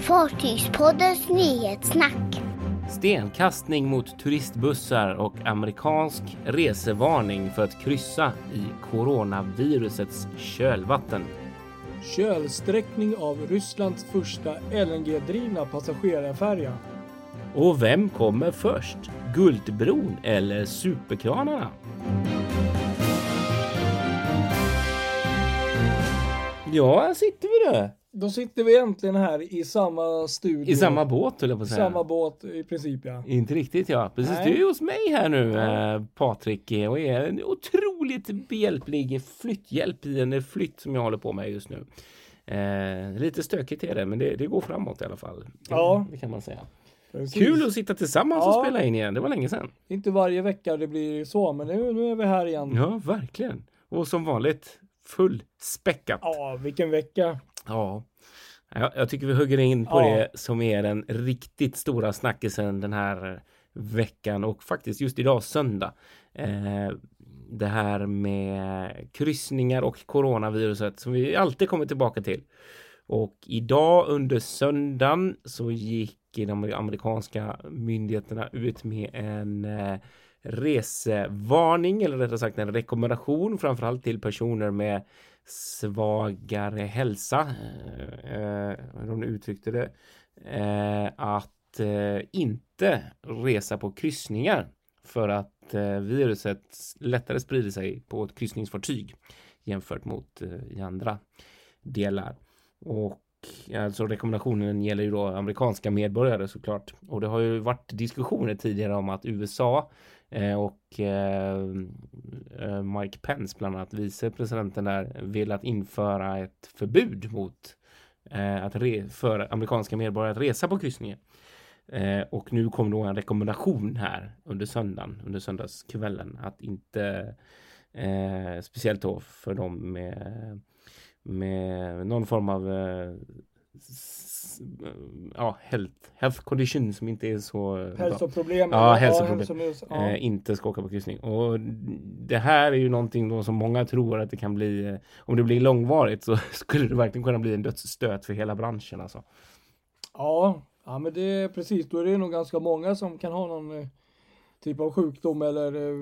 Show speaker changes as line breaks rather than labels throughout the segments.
Fartygspoddens nyhetssnack.
Stenkastning mot turistbussar och amerikansk resevarning för att kryssa i coronavirusets kölvatten.
Kölsträckning av Rysslands första LNG-drivna passagerarfärja.
Och vem kommer först? Guldbron eller superkranarna? Ja, här sitter vi då.
Då sitter vi äntligen här i samma studio.
I samma båt höll jag på att säga.
Samma båt i princip ja.
Inte riktigt ja. Precis,
Nej.
du är ju hos mig här nu eh, Patrik eh, och är en otroligt behjälplig flytthjälp i en flytt som jag håller på med just nu. Eh, lite stökigt är det men det, det går framåt i alla fall. Det-
Ja.
Det kan man säga.
Precis.
Kul att sitta tillsammans
Ja.
och spela in igen. Det var länge sedan.
Inte varje vecka det blir så men nu, nu är vi här igen. Ja.
Ja, verkligen. Och som vanligt fullspäckat. Ja.
vilken vecka.
ja. Jag, jag tycker vi hugger in på
Ja.
det som är den riktigt stora snackisen den här veckan och faktiskt just idag söndag. Eh, det här med kryssningar och coronaviruset som vi alltid kommer tillbaka till. Och idag under söndagen så gick de amerikanska myndigheterna ut med en eh, resevarning eller rättare sagt en rekommendation framförallt till personer med svagare hälsa. eh, eh, Hur de uttryckte det. eh, Att eh, inte resa på kryssningar för att eh, viruset lättare sprider sig på ett kryssningsfartyg jämfört mot eh, i andra delar. Och alltså rekommendationen gäller ju då amerikanska medborgare såklart. Och det har ju varit diskussioner tidigare om att USA eh, och eh, eh, Mike Pence bland annat vicepresidenten där vill att införa ett förbud mot eh, att re- för amerikanska medborgare att resa på kryssningar. Eh, och nu kom då en rekommendation här under söndagen, under söndagskvällen, att inte eh, speciellt då för dem med, med någon form av eh, s- ja, health, health condition som inte är så eh, bra
Hälsoproblem.
Ja, hälsoproblem.
hälsomus. Ja.
eh, inte ska åka på kryssning. Och det här är ju någonting då som många tror att det kan bli. eh, Om det blir långvarigt så skulle det verkligen kunna bli en dödsstöt för hela branschen alltså.
Ja, ja men det är precis. Då är det nog ganska många som kan ha någon eh, typ av sjukdom eller eh,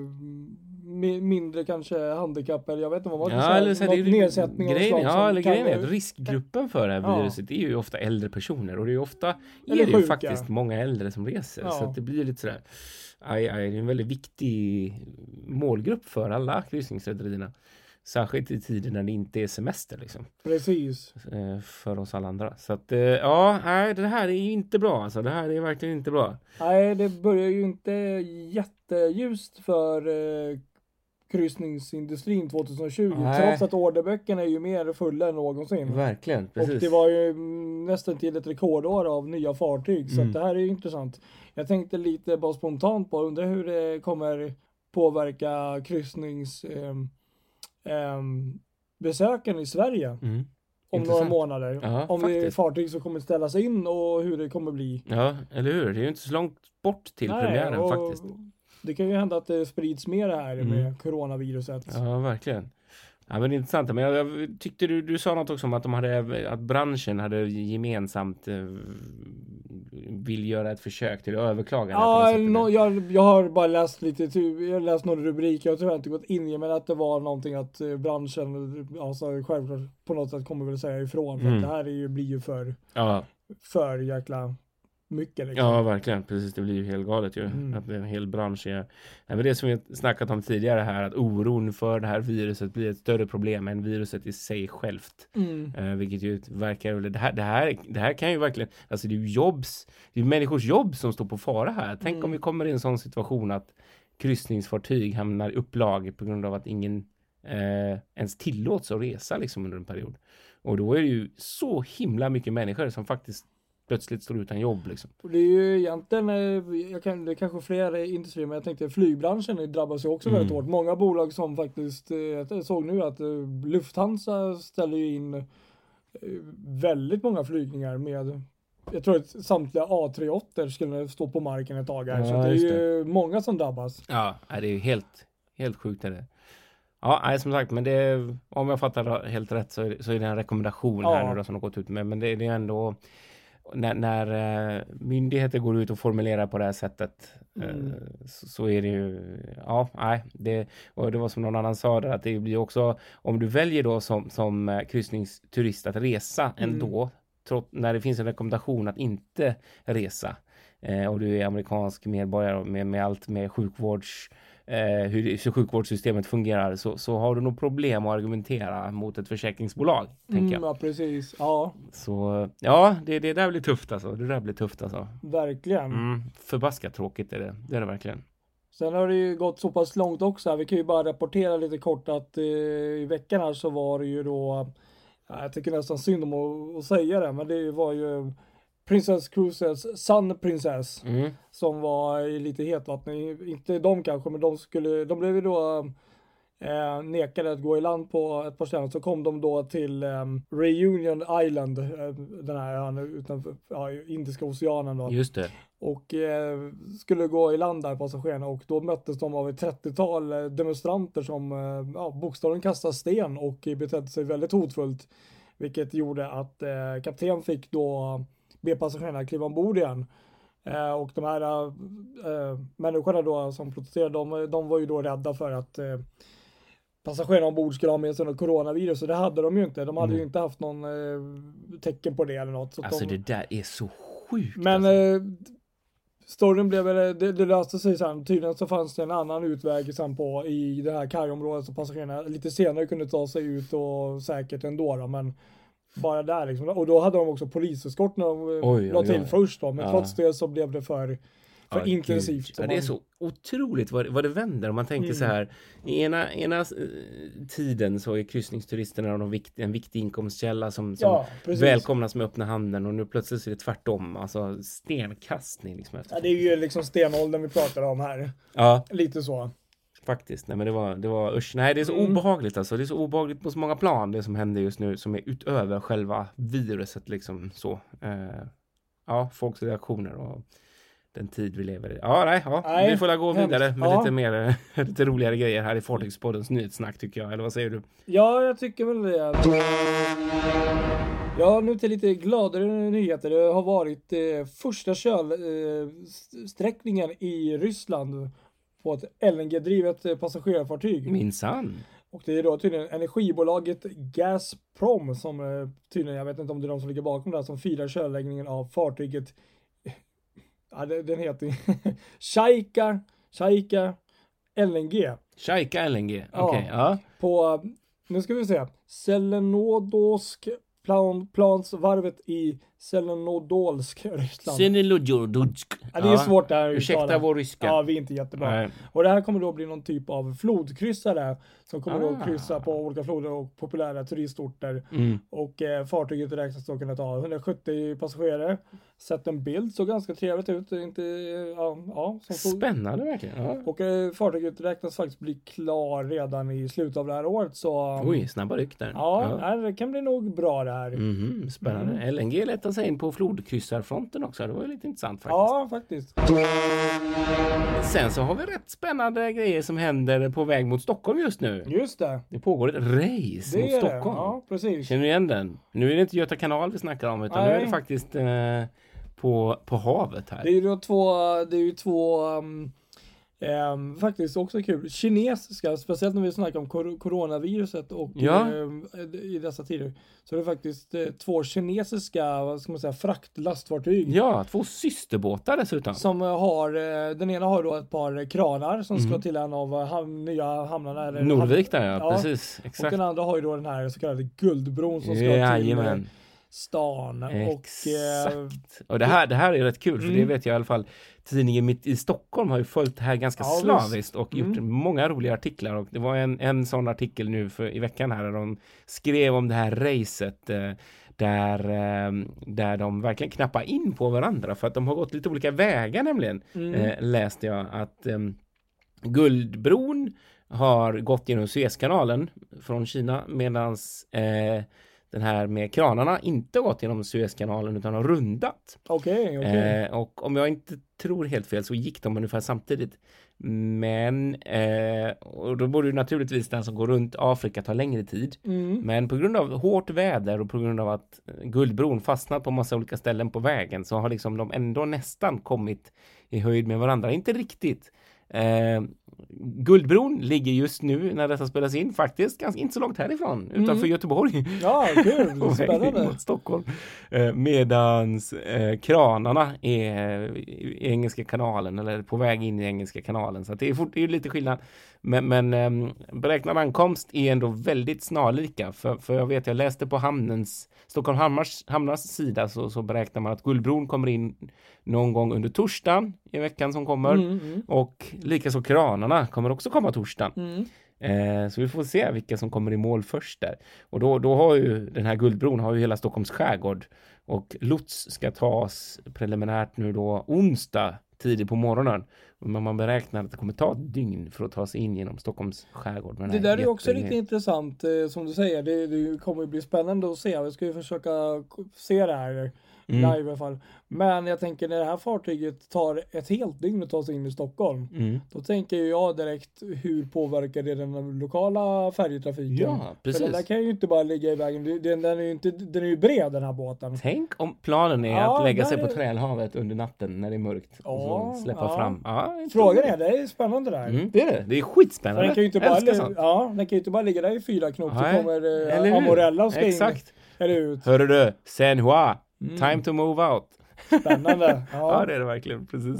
mi- mindre kanske handikapp eller jag vet inte vad man ska säga.
så här,
Något
det är ju-
nedsättning av
grejen,
slag
ja,
som
eller
kan- eh,
grejen är att riskgruppen för det här
Ja.
viruset är ju ofta äldre personer och det är ju ofta
Eller
är det ju
sjuka.
faktiskt många äldre som reser
Ja.
så att det blir lite sådär aj, aj, det är en väldigt viktig målgrupp för alla kryssningsrederierna. Särskilt i tider när det inte är semester liksom
Precis.
eh, för oss alla andra. Så att eh, ja, nej, det här är ju inte bra alltså. Det här är verkligen inte bra.
Nej, det börjar ju inte jätteljust för eh, kryssningsindustrin 2020
Nej.
trots att orderböckerna är ju mer fulla än någonsin.
Verkligen,
Och det var ju mm, nästan till ett rekordår av nya fartyg så
Mm.
att det här är ju intressant. Jag tänkte lite bara spontant på, undrar hur det kommer påverka kryssnings ehm, ehm, besöken i Sverige om
Mm.
några
Intressant.
månader.
Ja,
om det är
faktiskt.
fartyg som kommer ställas in och hur det kommer bli.
Ja, eller hur? Det är ju inte så långt bort till
Nej,
premiären
och
faktiskt.
Det kan ju hända att det sprids mer här
Mm.
med coronaviruset.
Ja, verkligen. Ja, men det är intressant. Men jag, jag tyckte du, du sa något också om att, de hade, att branschen hade gemensamt eh, vill göra ett försök till överklagande.
Ja,
Att de sätter
nå-
det.
jag, jag har bara läst lite, ty- jag har läst några rubriker, jag har tyvärr inte gått in i men att det var någonting att eh, branschen, alltså självklart på något sätt kommer väl säga ifrån för
Mm.
att det här är ju, blir ju för,
ja,
för jäkla mycket liksom.
ja, verkligen. Precis, det blir ju helt galet ju.
Mm.
Att en hel bransch är... Nej, men det som vi snackat om tidigare här, att oron för det här viruset blir ett större problem än viruset i sig självt.
Mm.
Eh, vilket ju verkar, eller det här, det, här, det här kan ju verkligen, alltså det är ju jobs, det är ju människors jobb som står på fara här. Tänk om
Mm.
vi kommer i en sån situation att kryssningsfartyg hamnar i upplag på grund av att ingen eh, ens tillåts att resa liksom under en period. Och då är det ju så himla mycket människor som faktiskt plötsligt står utan jobb liksom.
Och det är ju egentligen, eh, jag kan, det är kanske fler eh, industrier, men jag tänkte flygbranschen drabbas ju också
Mm.
väldigt hårt. Många bolag som faktiskt, eh, jag såg nu att eh, Lufthansa ställer ju in eh, väldigt många flygningar med jag tror att samtliga A38 skulle stå på marken ett tag här.
Ja,
så att det är
just
ju många som drabbas.
Ja, nej, det är ju helt, helt sjukt är det. Ja, nej, som sagt, men det är, om jag fattar helt rätt så är det, så är det en rekommendation här
Ja.
nu då, som har gått ut med, men det, det är ändå när, när eh, myndigheter går ut och formulerar på det här sättet eh,
Mm.
så, så är det ju, ja, nej, det, och det var som någon annan sa där att det blir också, om du väljer då som, som eh, kryssningsturist att resa
Mm.
ändå, trots, när det finns en rekommendation att inte resa eh, och du är amerikansk medborgare och med, med allt med sjukvårds eh, hur det- hur sjukvårdssystemet fungerar så, så har du nog problem att argumentera mot ett försäkringsbolag.
Mm,
tänker jag.
ja, precis. Ja,
Så ja, det, det där blir tufft alltså. Det där blir tufft alltså.
verkligen.
Mm, förbaskat tråkigt är det. Det är det verkligen.
Sen har det ju gått så pass långt också. här. Vi kan ju bara rapportera lite kort att eh, i veckan här så var det ju då, ja, jag tycker nästan synd om att, att säga det, men det var ju Princess Cruises Sun Princess
Mm.
som var i lite hetvatten. Inte de kanske, men de skulle, de blev ju då eh, nekade att gå i land på ett par ställen. Så kom de då till eh, Reunion Island, eh, den här ön utanför ja, Indiska oceanen då
Just det.
och eh, skulle gå i land där passagerarna och då möttes de av ett 30-tal eh, demonstranter som eh, ja, bokstavligen kastade sten och eh, betedde sig väldigt hotfullt. Vilket gjorde att eh, kapten fick då be passagerarna kliva ombord igen. Eh, och de här eh, människorna då som protesterade, de, de var ju då rädda för att eh, passagerarna ombord skulle ha med sig något coronavirus och det hade de ju inte. De hade ju
Mm.
inte haft någon eh, tecken på det eller något. Så att
Alltså
de...
det där är så sjukt.
Men
alltså.
eh, storyn blev väl, det, det löste sig sen. Tydligen så fanns det en annan utväg sen på i det här kajområdet så passagerarna lite senare kunde ta sig ut och säkert ändå då, men bara där liksom. Och då hade de också poliseskort när de eh,
Oj,
la
oj,
till
oj.
först då, men
Ja.
trots det så blev det för, för
Ja,
intensivt.
gud. Ja, det är så otroligt vad, vad det vänder om man tänker
Mm.
så här. I ena, ena eh, tiden så är kryssningsturisterna de vikt, en viktig inkomstkälla som, som
Ja, precis.
välkomnas med öppna handen och nu plötsligt är det tvärtom. Alltså stenkastning liksom. Efter.
Ja, det är ju liksom stenåldern vi pratar om här.
ja.
Lite så.
Faktiskt, nej men det var, det var usch, nej det är så
Mm.
obehagligt alltså. Det är så obehagligt på så många plan det som händer just nu som är utöver själva viruset liksom så. Eh, ja, folks reaktioner och den tid vi lever i. Ja, nej, ja.
Nej,
vi får väl gå
hemskt.
vidare med
Ja.
lite mer, eh, lite roligare grejer här i Fartygspoddens nyhetssnack tycker jag. Eller vad säger du?
Ja, jag tycker väl det. Ja, nu till lite gladare nyheter. Det har varit eh, första kölsträckningen i Ryssland på ett LNG-drivet eh, passagerarfartyg.
Mm. Minsann.
Och det är då tydligen energibolaget Gazprom som eh, tydligen, jag vet inte om det är de som ligger bakom det här, som firar körläggningen av fartyget. Ja, det- den heter Shaika, Shaika LNG.
Shaika LNG.
Ja.
Okej, ja.
På, nu ska vi se, Selenodosk plan, plansvarvet i Selenodolsk, Ryssland.
Sinilodjordudsk.
ja, det är svårt där att
Ursäkta
uttala.
vår ryska.
Ja, vi är inte jättebra.
Nej.
Och det här kommer då bli någon typ av flodkryssare som kommer då
Ah.
kryssa på olika floder och populära turistorter.
Mm.
Och eh, fartyget räknas då kunna ta 170 passagerare. Sett en bild, såg ganska trevligt ut. Det är Inte, ja, ja, som såg-
Spännande verkligen. Ja.
och eh, fartyget räknas faktiskt bli klar redan i slutet av det här året. Så,
Oj, snabba ryck där.
Ja, Mm. nej, det kan bli nog bra det här.
Mhm, spännande. LNG letar sig in på flodkryssarfronten också. Det var ju lite intressant faktiskt.
Ja, faktiskt.
Sen så har vi rätt spännande grejer som händer på väg mot Stockholm just nu.
Just det.
Det pågår ett race mot
Det är det.
Stockholm.
Ja, precis.
Känner du igen den? Nu är det inte Göta kanal vi snackar om utan nu är
Nej.
det faktiskt eh, på, på havet här.
Det är ju då två, det är ju två um, ehm, faktiskt också kul. Kinesiska, speciellt när vi snackar om kor- coronaviruset och
Ja.
ehm, i dessa tider. Så det är faktiskt eh, två kinesiska, vad ska man säga, fraktlastfartyg.
Ja, två systerbåtar dessutom.
Som eh, har, eh, den ena har då ett par eh, kranar som ska till en av eh, ham- nya hamnarna. eller-
Mm. Norvik där ja,
Ja.
precis.
Och
Exakt.
den andra har ju då den här så kallade guldbron som ska till eh,
Jajamän.
stan. Och, eh,
Exakt. Och det här, det här är rätt kul för
Mm.
det vet jag i alla fall. Tidningen Mitt i Stockholm har ju följt det här ganska
Ja, visst.
slaviskt och gjort
Mm.
många roliga artiklar. Och det var en, en sån artikel nu för, i veckan här där de skrev om det här racet eh, där, eh, där de verkligen knappar in på varandra för att de har gått lite olika vägar nämligen.
mm,
Eh, läste jag att ehm, Guldbron har gått genom Suezkanalen från Kina medan eh, den här med kranarna inte gått genom Suezkanalen utan har rundat.
Okej, okej.
Eh, och om jag inte tror helt fel så gick de ungefär samtidigt. Men eh, och då borde ju naturligtvis den som går runt Afrika ta längre tid.
Mm.
Men på grund av hårt väder och på grund av att eh, Guldbron fastnat på massa olika ställen på vägen så har liksom de ändå nästan kommit i höjd med varandra. Inte riktigt. Eh, Guldbron ligger just nu när detta spelas in faktiskt ganska inte så långt härifrån utanför Göteborg
Ja,
på
kul.
väg
Spännande.
mot Stockholm. Eh, Medans eh, kranarna är i Engelska kanalen eller på väg in i Engelska kanalen. Så att det är, fort, det är ju lite skillnad. Men, men ehm, beräknad ankomst är ändå väldigt snarlika. För, för jag vet, jag läste på hamnens, Stockholm hamnars, hamnars sida så, så beräknar man att Guldbron kommer in någon gång under torsdagen i veckan som kommer.
Mm, mm,
Och likaså kranarna kommer också komma torsdagen.
mm.
Eh, så vi får se vilka som kommer i mål först där. Och då, då har ju den här guldbron har ju hela Stockholms skärgård och lots ska tas preliminärt nu då onsdag tidigt på morgonen. Men man beräknar att det kommer ta ett dygn för att ta sig in genom Stockholms skärgård. med den
Det
här
där är ju också
jättelänge-
lite intressant eh, som du säger. Det, det kommer ju bli spännande att se. Vi ska ju försöka k- se det
Mm.
här live i alla fall. Men jag tänker när det här fartyget tar ett helt dygn att ta sig in i Stockholm.
Mm.
Då tänker ju jag direkt hur påverkar det den lokala färjetrafiken?
Ja,
Mm. För den där
precis.
kan ju inte bara ligga i vägen. Det- Den, den, är, ju inte, den är ju bred den här båten.
Tänk om planen är
Ja,
att lägga
där
sig på
är-
Trälhavet under natten när det är mörkt
Ja,
och så släppa
ja.
fram. Ja, inte
Frågan är,
roligt.
det är spännande det här.
Mm, det är det. Det är
För
skitspännande.
Den kan, ju inte bara,
Älskar
li-
sånt.
ja, den kan ju inte bara ligga där i fyra knop. Så
Nej,
kommer
eller
eh,
hur?
Amorella och ska in.
Exakt.
Eller ut.
Hörru du, Sen Hua, time to move out.
Spännande.
Ja.
Mm. Ja.
det är det verkligen, precis.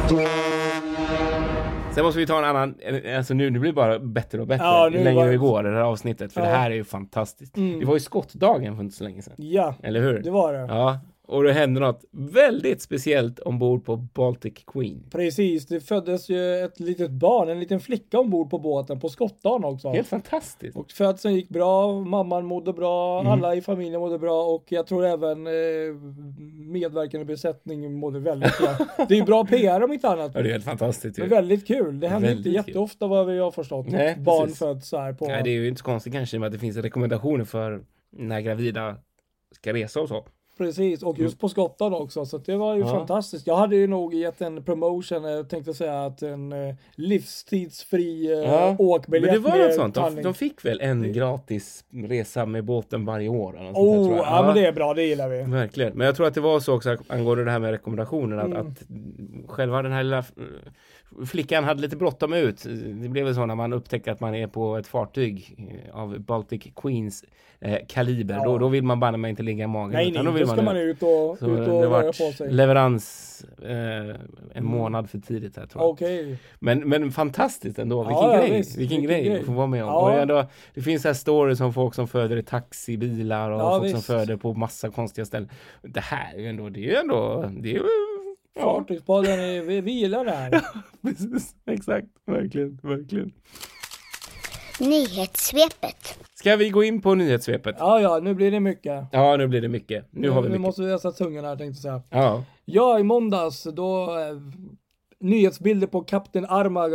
Sen måste vi ta en annan, alltså nu, nu blir det bara bättre och bättre
Ja,
ju
nu
längre
bara-
vi går i det här avsnittet. För
Ja.
det här är ju fantastiskt.
Mm.
Det var ju skottdagen för inte så länge sedan,
ja,
eller hur?
det var det.
Ja, och det hände något väldigt speciellt ombord på Baltic Queen.
Precis, det föddes ju ett litet barn, en liten flicka ombord på båten på skottdagen också.
Helt fantastiskt.
Och födseln gick bra, mamman mådde bra,
Mm.
alla i familjen mådde bra och jag tror även eh, medverkande besättning mådde väldigt bra. det är ju bra PR om inte annat.
Ja, det är helt fantastiskt
Men
ju.
väldigt kul. Det händer
Väldigt
inte
kul.
jätteofta vad vi har förstått.
Nej,
att barn
precis.
föds så här på...
Nej, det är ju inte så konstigt kanske i och med att det finns rekommendationer för när gravida ska resa och så.
Precis, och just på Skottland också. Så att det var ju
Mm. Ja.
fantastiskt. Jag hade ju nog gett en promotion, jag tänkte säga att en eh, livstidsfri eh,
Ja, Men
åkbiljett
det var något
med
sånt. De,
tallning.
de fick väl en gratis resa med båten varje år? Eller något sånt där,
Oh,
tror
ja,
jag. Mm.
men det är bra, det gillar vi.
Verkligen. Men jag tror att det var så också angående det här med rekommendationen att,
Mm.
att själva den här lilla eh, flickan hade lite bråttom ut. Det blev väl så när man upptäcker att man är på ett fartyg eh, av Baltic Queens eh, kaliber.
Ja.
Då, då vill man banne mig inte ligga i magen.
Nej, nej,
utan då
då
vill
ska man
ut.
ut
Så
och, ut och
det
röra
var
på sig.
leverans eh, en månad för tidigt här tror jag.
Okej,
Men, men fantastiskt ändå, vilken
ja,
grej,
visst.
vilken,
Vilken
grej
grej.
att få vara med om.
Ja.
Och ändå, det finns så här stories om folk som föder i taxibilar och
Ja,
folk som
visst.
föder på massa konstiga ställen. Det här är ju ändå, det är ju ändå, det är ju... Ja,
Fartygspodden, är- vi, vi gillar det här.
precis, exakt, verkligen, verkligen.
Nyhetssvepet.
Ska vi gå in på nyhetssvepet?
Ja, ja, nu blir det mycket.
Ja, nu blir det mycket. Nu har vi
nu
mycket.
måste vi vässa tungan här tänkte jag säga.
Ja,
Ja, i måndags då eh, nyhetsbilder på kapten Arma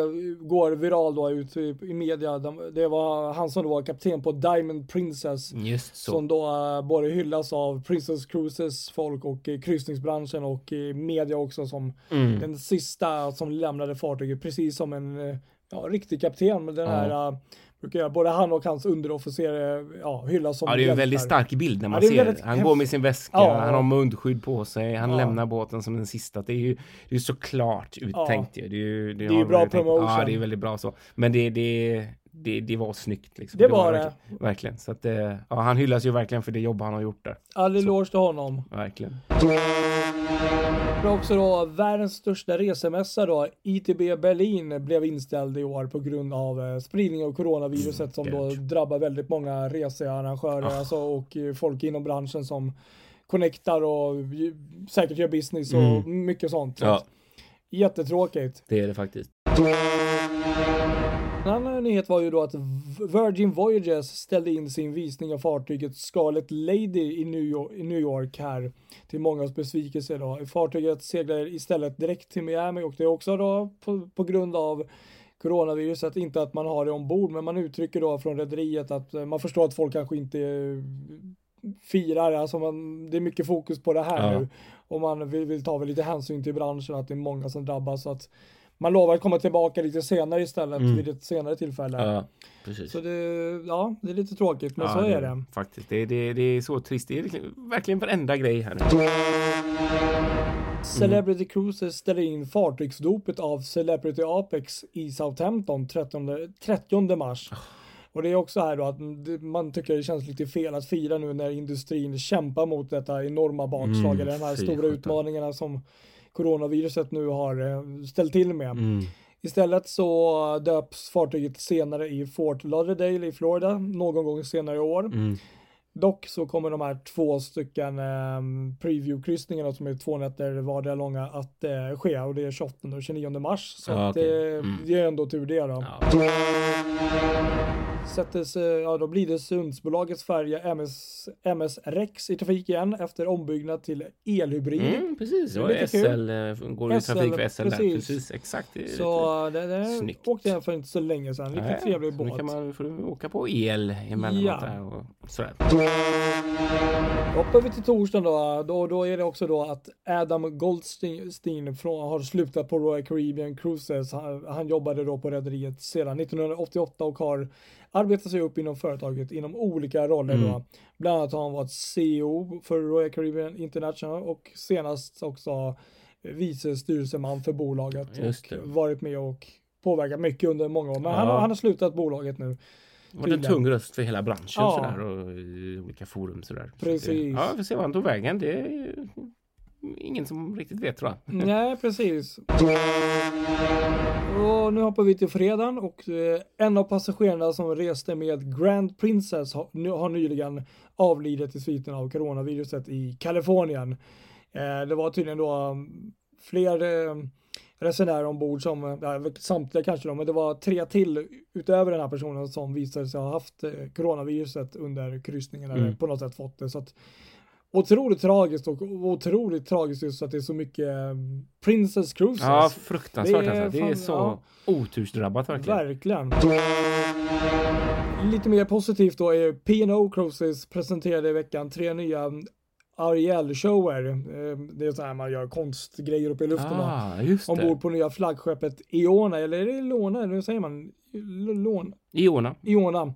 går viral då ut i i media. De- Det var han som då var kapten på Diamond Princess.
just Mm, så.
Som då eh, både hyllas av Princess Cruises folk och eh, kryssningsbranschen och eh, media också som
Mm.
den sista som lämnade fartyget. Precis som en eh, ja, riktig kapten. Men den
Ja.
här eh, brukar jag, både han och hans underofficer eh, ja, hyllas som
Ja, det är ju en
hjältar.
väldigt stark bild när man
det är
ser det.
väldigt
Han går med sin väska,
Ja.
han har munskydd på sig, han
Ja.
lämnar båten som den sista. Det är ju det är såklart uttänkt ju. Det är ju,
Det är ju
har
bra
varit tänkt. Ja,
promotion.
det är väldigt bra så. Men det, det, det, det var snyggt. Liksom.
Det var det.
Verkligen. verkligen. Så att, eh, ja, han hyllas ju verkligen för det jobb han har gjort där.
All eloge till honom.
Verkligen.
Det var också då världens största resemässa då, ITB Berlin, blev inställd i år på grund av eh, spridning av coronaviruset som då
Gött.
drabbar väldigt många researrangörer alltså, och eh, folk inom branschen som connectar och ju- säkert gör business och mycket sånt. Så
Ja,
att, Jättetråkigt.
det är det faktiskt.
En annan nyhet var ju då att V- Virgin Voyages ställde in sin visning av fartyget Scarlet Lady i New York, i New York här till mångas besvikelse då. Fartyget seglar istället direkt till Miami och det är också då på, på grund av coronaviruset, inte att man har det ombord, men man uttrycker då från rederiet att eh, man förstår att folk kanske inte eh, firar, alltså man, det är mycket fokus på det här
Ja.
nu. Och man vill, vill ta väl lite hänsyn till branschen, att det är många som drabbas. Så att man lovar att komma tillbaka lite senare istället,
Mm.
vid ett senare tillfälle.
Ja, precis.
Så det, ja, det är lite tråkigt, men
ja,
så är det.
Faktiskt, det, Mm. det, det är så trist. Det är verkligen- verkligen varenda grej här nu.
Celebrity Cruises ställer in fartygsdopet av Celebrity Apex i Southampton 30, 30
Ah.
mars. Och det är också här då att det- man tycker det känns lite fel att fira nu när industrin kämpar mot detta enorma bakslag,
Mm,
eller de här
fy
stora
sjutton.
utmaningarna som coronaviruset nu har eh, ställt till med.
Mm.
Istället så döps fartyget senare i Fort Lauderdale i Florida någon gång senare i år.
Mm.
Dock så kommer de här två stycken eh, preview-kryssningarna som är två nätter vardera långa att eh, ske och det är 28 och 29 mars. Så
Ja,
att,
okej.
eh,
Mm.
det är ändå tur det då.
Ja.
Sättes, eh, ja, då blir det Sundsbolagets färja MS, MS Rex i trafik igen efter ombyggnad till elhybrid.
Mm, precis,
Det är
och
lite
SL eh, går i
SL,
trafik för SL
precis.
där. Precis, exakt. Det är lite-
Så eh, det, det
snyggt.
åkte jag för inte så länge sedan. Riktigt
Nej,
trevlig
så Nu
båt.
kan man får du åka på el emellanåt
Ja.
där och sådär.
Hoppar vi till torsdagen då. då. Då är det också då att Adam Goldstein från, har slutat på Royal Caribbean Cruises. Han, han jobbade då på rederiet sedan 1988 och har arbetat sig upp inom företaget inom olika roller
Mm.
då. Bland annat har han varit CEO för Royal Caribbean International och senast också vice styrelseman för bolaget
Just
och
det.
varit med och påverkat mycket under många år. Men han,
Ja.
har- han har slutat bolaget nu.
Och en
Tydligen.
tung röst för hela branschen
Ja.
sådär, och i olika forum sådär. Så
Precis.
det- Ja, vi får se vart han tog vägen. Det är ju ingen som riktigt vet tror jag.
Nej, precis. Och nu hoppar vi till fredagen och eh, en av passagerarna som reste med Grand Princess har, nu, har nyligen avlidit i sviten av coronaviruset i Kalifornien. Eh, det var tydligen då um, fler eh, resenärer ombord som, eh, samtliga kanske då, men det var tre till utöver den här personen som visade sig ha haft eh, coronaviruset under kryssningen eller
Mm.
på något sätt fått det. Så att, otroligt tragiskt och otroligt tragiskt just att det är så mycket eh, Princess Cruises.
Ja, fruktansvärt
Det är
alltså. Det
fan-
är så
ja.
otursdrabbat verkligen.
Verkligen. Lite mer positivt då är P&O Cruises presenterade i veckan tre nya Ariel-shower. Eh, Det är så här man gör konstgrejer uppe i luften. då.
ah, just det.
Ombord på nya flaggskeppet Iona, eller är det Lona? Eller hur säger man? L- Lon,
Iona.
Iona.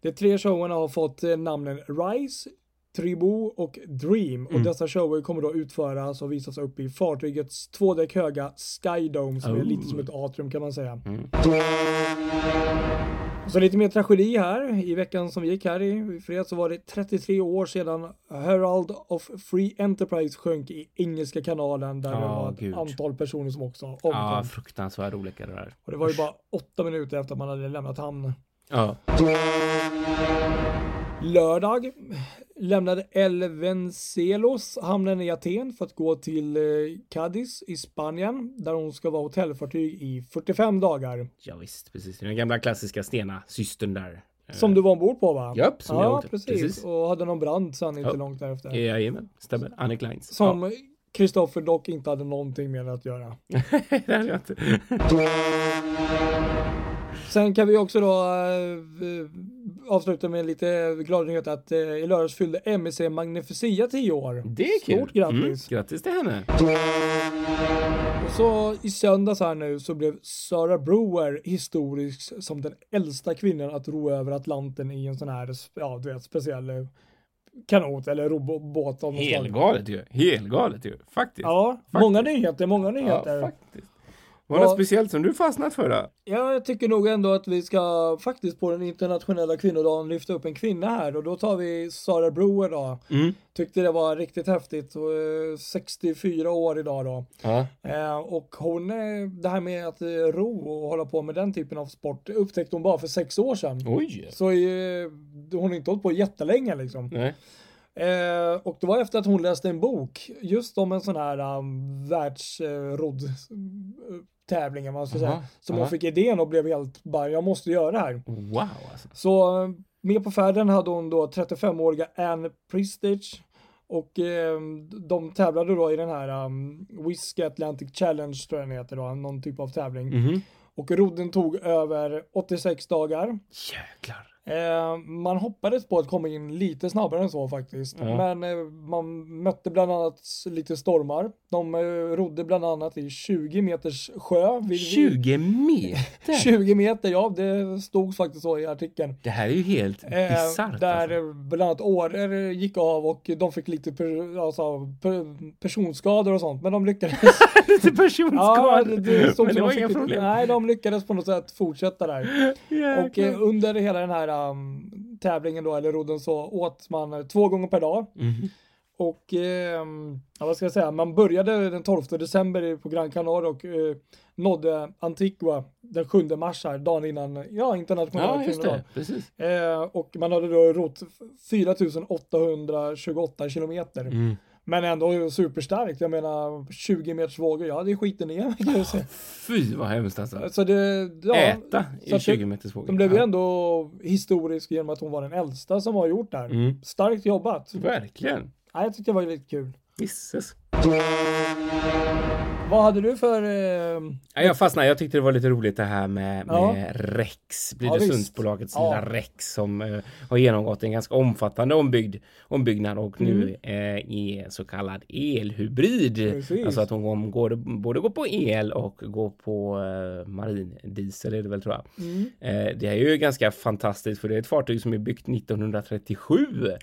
De tre showerna har fått eh, namnen Rise, Tribo och Dream.
Mm.
Och dessa shower kommer då utföras och visas upp i fartygets två däck höga Skydome som är
Oh.
lite som ett atrium kan man säga.
Mm.
Så lite mer tragedi här. I veckan som vi gick här i i fredags så var det 33 år sedan Herald of Free Enterprise sjönk i Engelska kanalen där det
Ja,
var ett
gud.
antal personer som också omkom.
Ja, ah, fruktansvärd olycka det där.
och det var ju bara åtta minuter efter att man hade lämnat hamn.
Ja.
Lördag lämnade Elvenselos hamnen i Aten för att gå till eh, Cadiz i Spanien där hon ska vara hotellfartyg i 45 dagar.
ja, visst. Precis. Den gamla klassiska Stena-systern där. Eh,
Som du var ombord på va?
Japp, som jag
ja,
åkte.
precis.
Precis.
Och hade någon brand sen inte
Ja. Eh,
långt därefter.
Jajamän, stämmer. Annie Kleins.
Som Kristoffer dock inte hade någonting med att göra.
Nej, det hade jag inte.
Sen kan vi också då eh, eh, avsluta med lite glad nyhet att eh, i lördags fyllde MEC Magnificia 10 år.
Det är kul.
Stort grattis.
Mm, grattis till henne.
Och så i söndags här nu så blev Sarah Brewer historisk som den äldsta kvinnan att ro över Atlanten i en sån här, ja du vet, speciell eh, kanot eller robåt av något slag.
Helgalet ju. Helgalet ju. Faktiskt.
Ja, många nyheter, många nyheter.
Ja, faktiskt. Var det
Ja.
något speciellt som du fastnat för då?
Ja, jag tycker nog ändå att vi ska faktiskt på den internationella kvinnodagen lyfta upp en kvinna här och då tar vi Sara Brewer då.
Mm.
Tyckte det var riktigt häftigt. och, eh, 64 år idag då.
Ja.
Eh, Och hon, eh, det här med att eh, ro och hålla på med den typen av sport upptäckte hon bara för sex år sedan.
Oj.
Så är ju- hon har inte hållit på jättelänge liksom.
Nej.
Eh, och det var efter att hon läste en bok just om en sån här um, världsrodd tävling eller vad man
Aha,
ska säga. Som hon
aha.
fick idén och blev helt bara, jag måste göra det här.
Wow alltså.
Så eh, med på färden hade hon då 35-åriga Anne Pristich och eh, de tävlade då i den här um, Whiskey Atlantic Challenge tror jag den heter då,
Mm.
någon typ av tävling.
Mhm.
Och rodden tog över 86 dagar.
Jäklar.
Eh, man hoppades på att komma in lite snabbare än så faktiskt.
Ja.
Men eh, man mötte bland annat s- lite stormar. De eh, rodde bland annat i 20 meters sjö. vid- vid-
20 meter!
20 meter, ja det stod faktiskt så i artikeln.
Det här är ju helt
Eh,
bisarrt.
där
alltså.
eh, bland annat åror eh, gick av och de fick lite per, alltså, per, personskador och sånt. Men de lyckades.
Lite personskada.
ja, det, det, såg
Men
ut
det
som
var
de
inga
fick lite,
problem.
nej, de lyckades på något sätt fortsätta där. Och
Jäklar.
eh, under hela den här um, tävlingen då, eller rodden, så åt man eh, två gånger per dag.
Mhm.
Och ehm, ja, vad ska jag säga, man började den 12 december i- på Gran Canaria och eh, nådde Antigua den 7 mars här, dagen innan, ja, internationella
Ja, just
kvinnodagen.
det. Precis.
Eh, och man hade då rott 4828 kilometer.
Mm.
Men ändå superstarkt, jag menar 20 meters vågor, jag hade skiten i mig kan jag säga.
Fy vad hemskt alltså.
Så det, ja.
Äta
så
i
att
20 meters vågor.
De blev ju
Ja.
ändå historisk genom att hon var den äldsta som har gjort det här.
Mm.
Starkt jobbat.
Verkligen.
Ja, jag tyckte det var lite kul.
Jisses.
Vad hade du för... Eh,
Ja, jag fastnade. Jag tyckte det var lite roligt det här med,
Ja.
med Rex,
Ja, visst.
Blidösundsbolagets
Ja.
lilla Rex som eh, har genomgått en ganska omfattande ombygd, ombyggnad och
Mm.
nu eh, är så kallad elhybrid.
Precis.
Alltså att hon om- går, både går på el och går på eh, marindiesel är det väl tror jag.
Mm.
Eh, det här är ju ganska fantastiskt för det är ett fartyg som är byggt 1937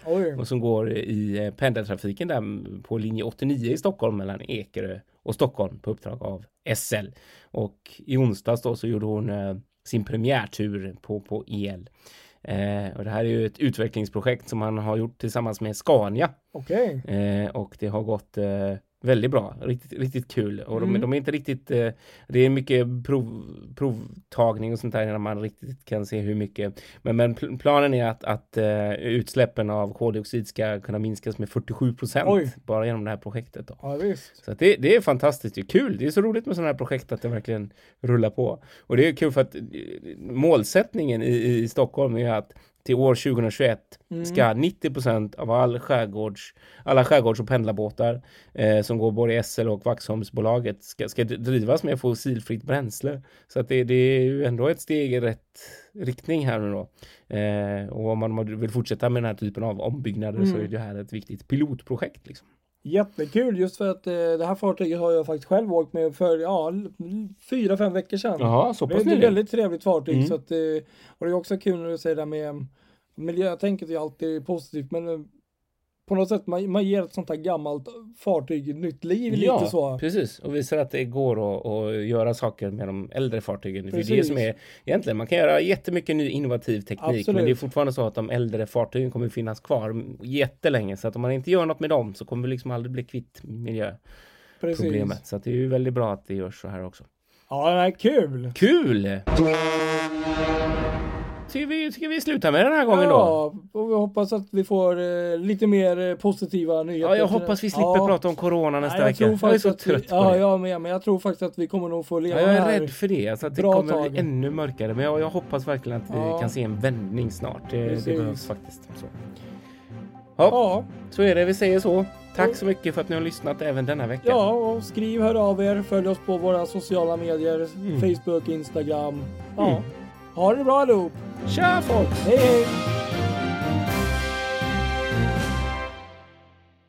oj.
och som går i eh, pendeltrafiken där mm, på linje 89 i Stockholm mellan Ekerö och Stockholm på uppdrag av SL. Och i onsdags då så gjorde hon eh, sin premiärtur på, på el. Eh, och det här är ju ett utvecklingsprojekt som han har gjort tillsammans med Scania
Okej.
eh, och det har gått eh, väldigt bra, riktigt, riktigt kul och de,
Mm.
de är inte riktigt, eh, det är mycket prov, provtagning och sånt där innan man riktigt kan se hur mycket, men, men pl- planen är att, att eh, utsläppen av koldioxid ska kunna minskas med 47
Oj.
procent bara genom det här projektet. Då.
Ja, visst.
Så att det, det är fantastiskt, det är kul. Det är så roligt med sådana här projekt att det verkligen rullar på. Och det är kul för att eh, målsättningen i, i Stockholm är att till år 2021
Mm.
ska 90 procent av all skärgårds, alla skärgårds och pendlarbåtar eh, som går både i SL och Vaxholmsbolaget ska, ska d- drivas med fossilfritt bränsle. Så att det, det är ju ändå ett steg i rätt riktning här nu då. Eh, och om man vill fortsätta med den här typen av ombyggnader så
Mm.
är det här ett viktigt pilotprojekt. Liksom.
Jättekul just för att eh, det här fartyget har jag faktiskt själv åkt med för ja, l- l- fyra, fem veckor sedan.
Jaha, så
det är
pass
ett
nyligen.
väldigt trevligt fartyg.
Mm.
Så att, eh, och det är också kul när du säger det här med miljötänket är ju alltid positivt men eh, på något sätt man, man ger ett sånt här gammalt fartyg ett nytt liv lite så.
precis. Och visar att det går att, att göra saker med de äldre fartygen. För Det är det
Precis.
som är egentligen, man kan göra jättemycket ny innovativ teknik, men
Absolut.
det är fortfarande så att de äldre fartygen kommer finnas kvar jättelänge. Så att om man inte gör något med dem så kommer vi liksom aldrig bli kvitt miljöproblemet.
Precis.
Så att det är ju väldigt bra att det görs så här också.
Ja, nej, kul!
Kul! Ska vi, ska vi sluta med den här gången då?
Ja, och vi hoppas att vi får eh, lite mer eh, positiva nyheter.
Ja, jag hoppas vi slipper prata om corona nästa
Nej, jag
vecka.
tror
Jag är
faktiskt
så
att vi-
trött på
Ja,
det.
jag med, men jag tror faktiskt att vi kommer nog få leva
Ja, jag är
här.
rädd för det. Alltså att det
Bra
kommer
tag.
bli ännu mörkare. Men jag, jag hoppas verkligen att vi
Ja.
kan se en vändning snart. Det, det
Precis.
behövs faktiskt. Så. Ja,
Ja,
så är det. Vi säger så. Tack så mycket för att ni har lyssnat även denna vecka.
ja, och skriv, hör av er, följ oss på våra sociala medier, Facebook, Instagram. Ja, ha det bra allihop.
Tja folk!
Hej, hej!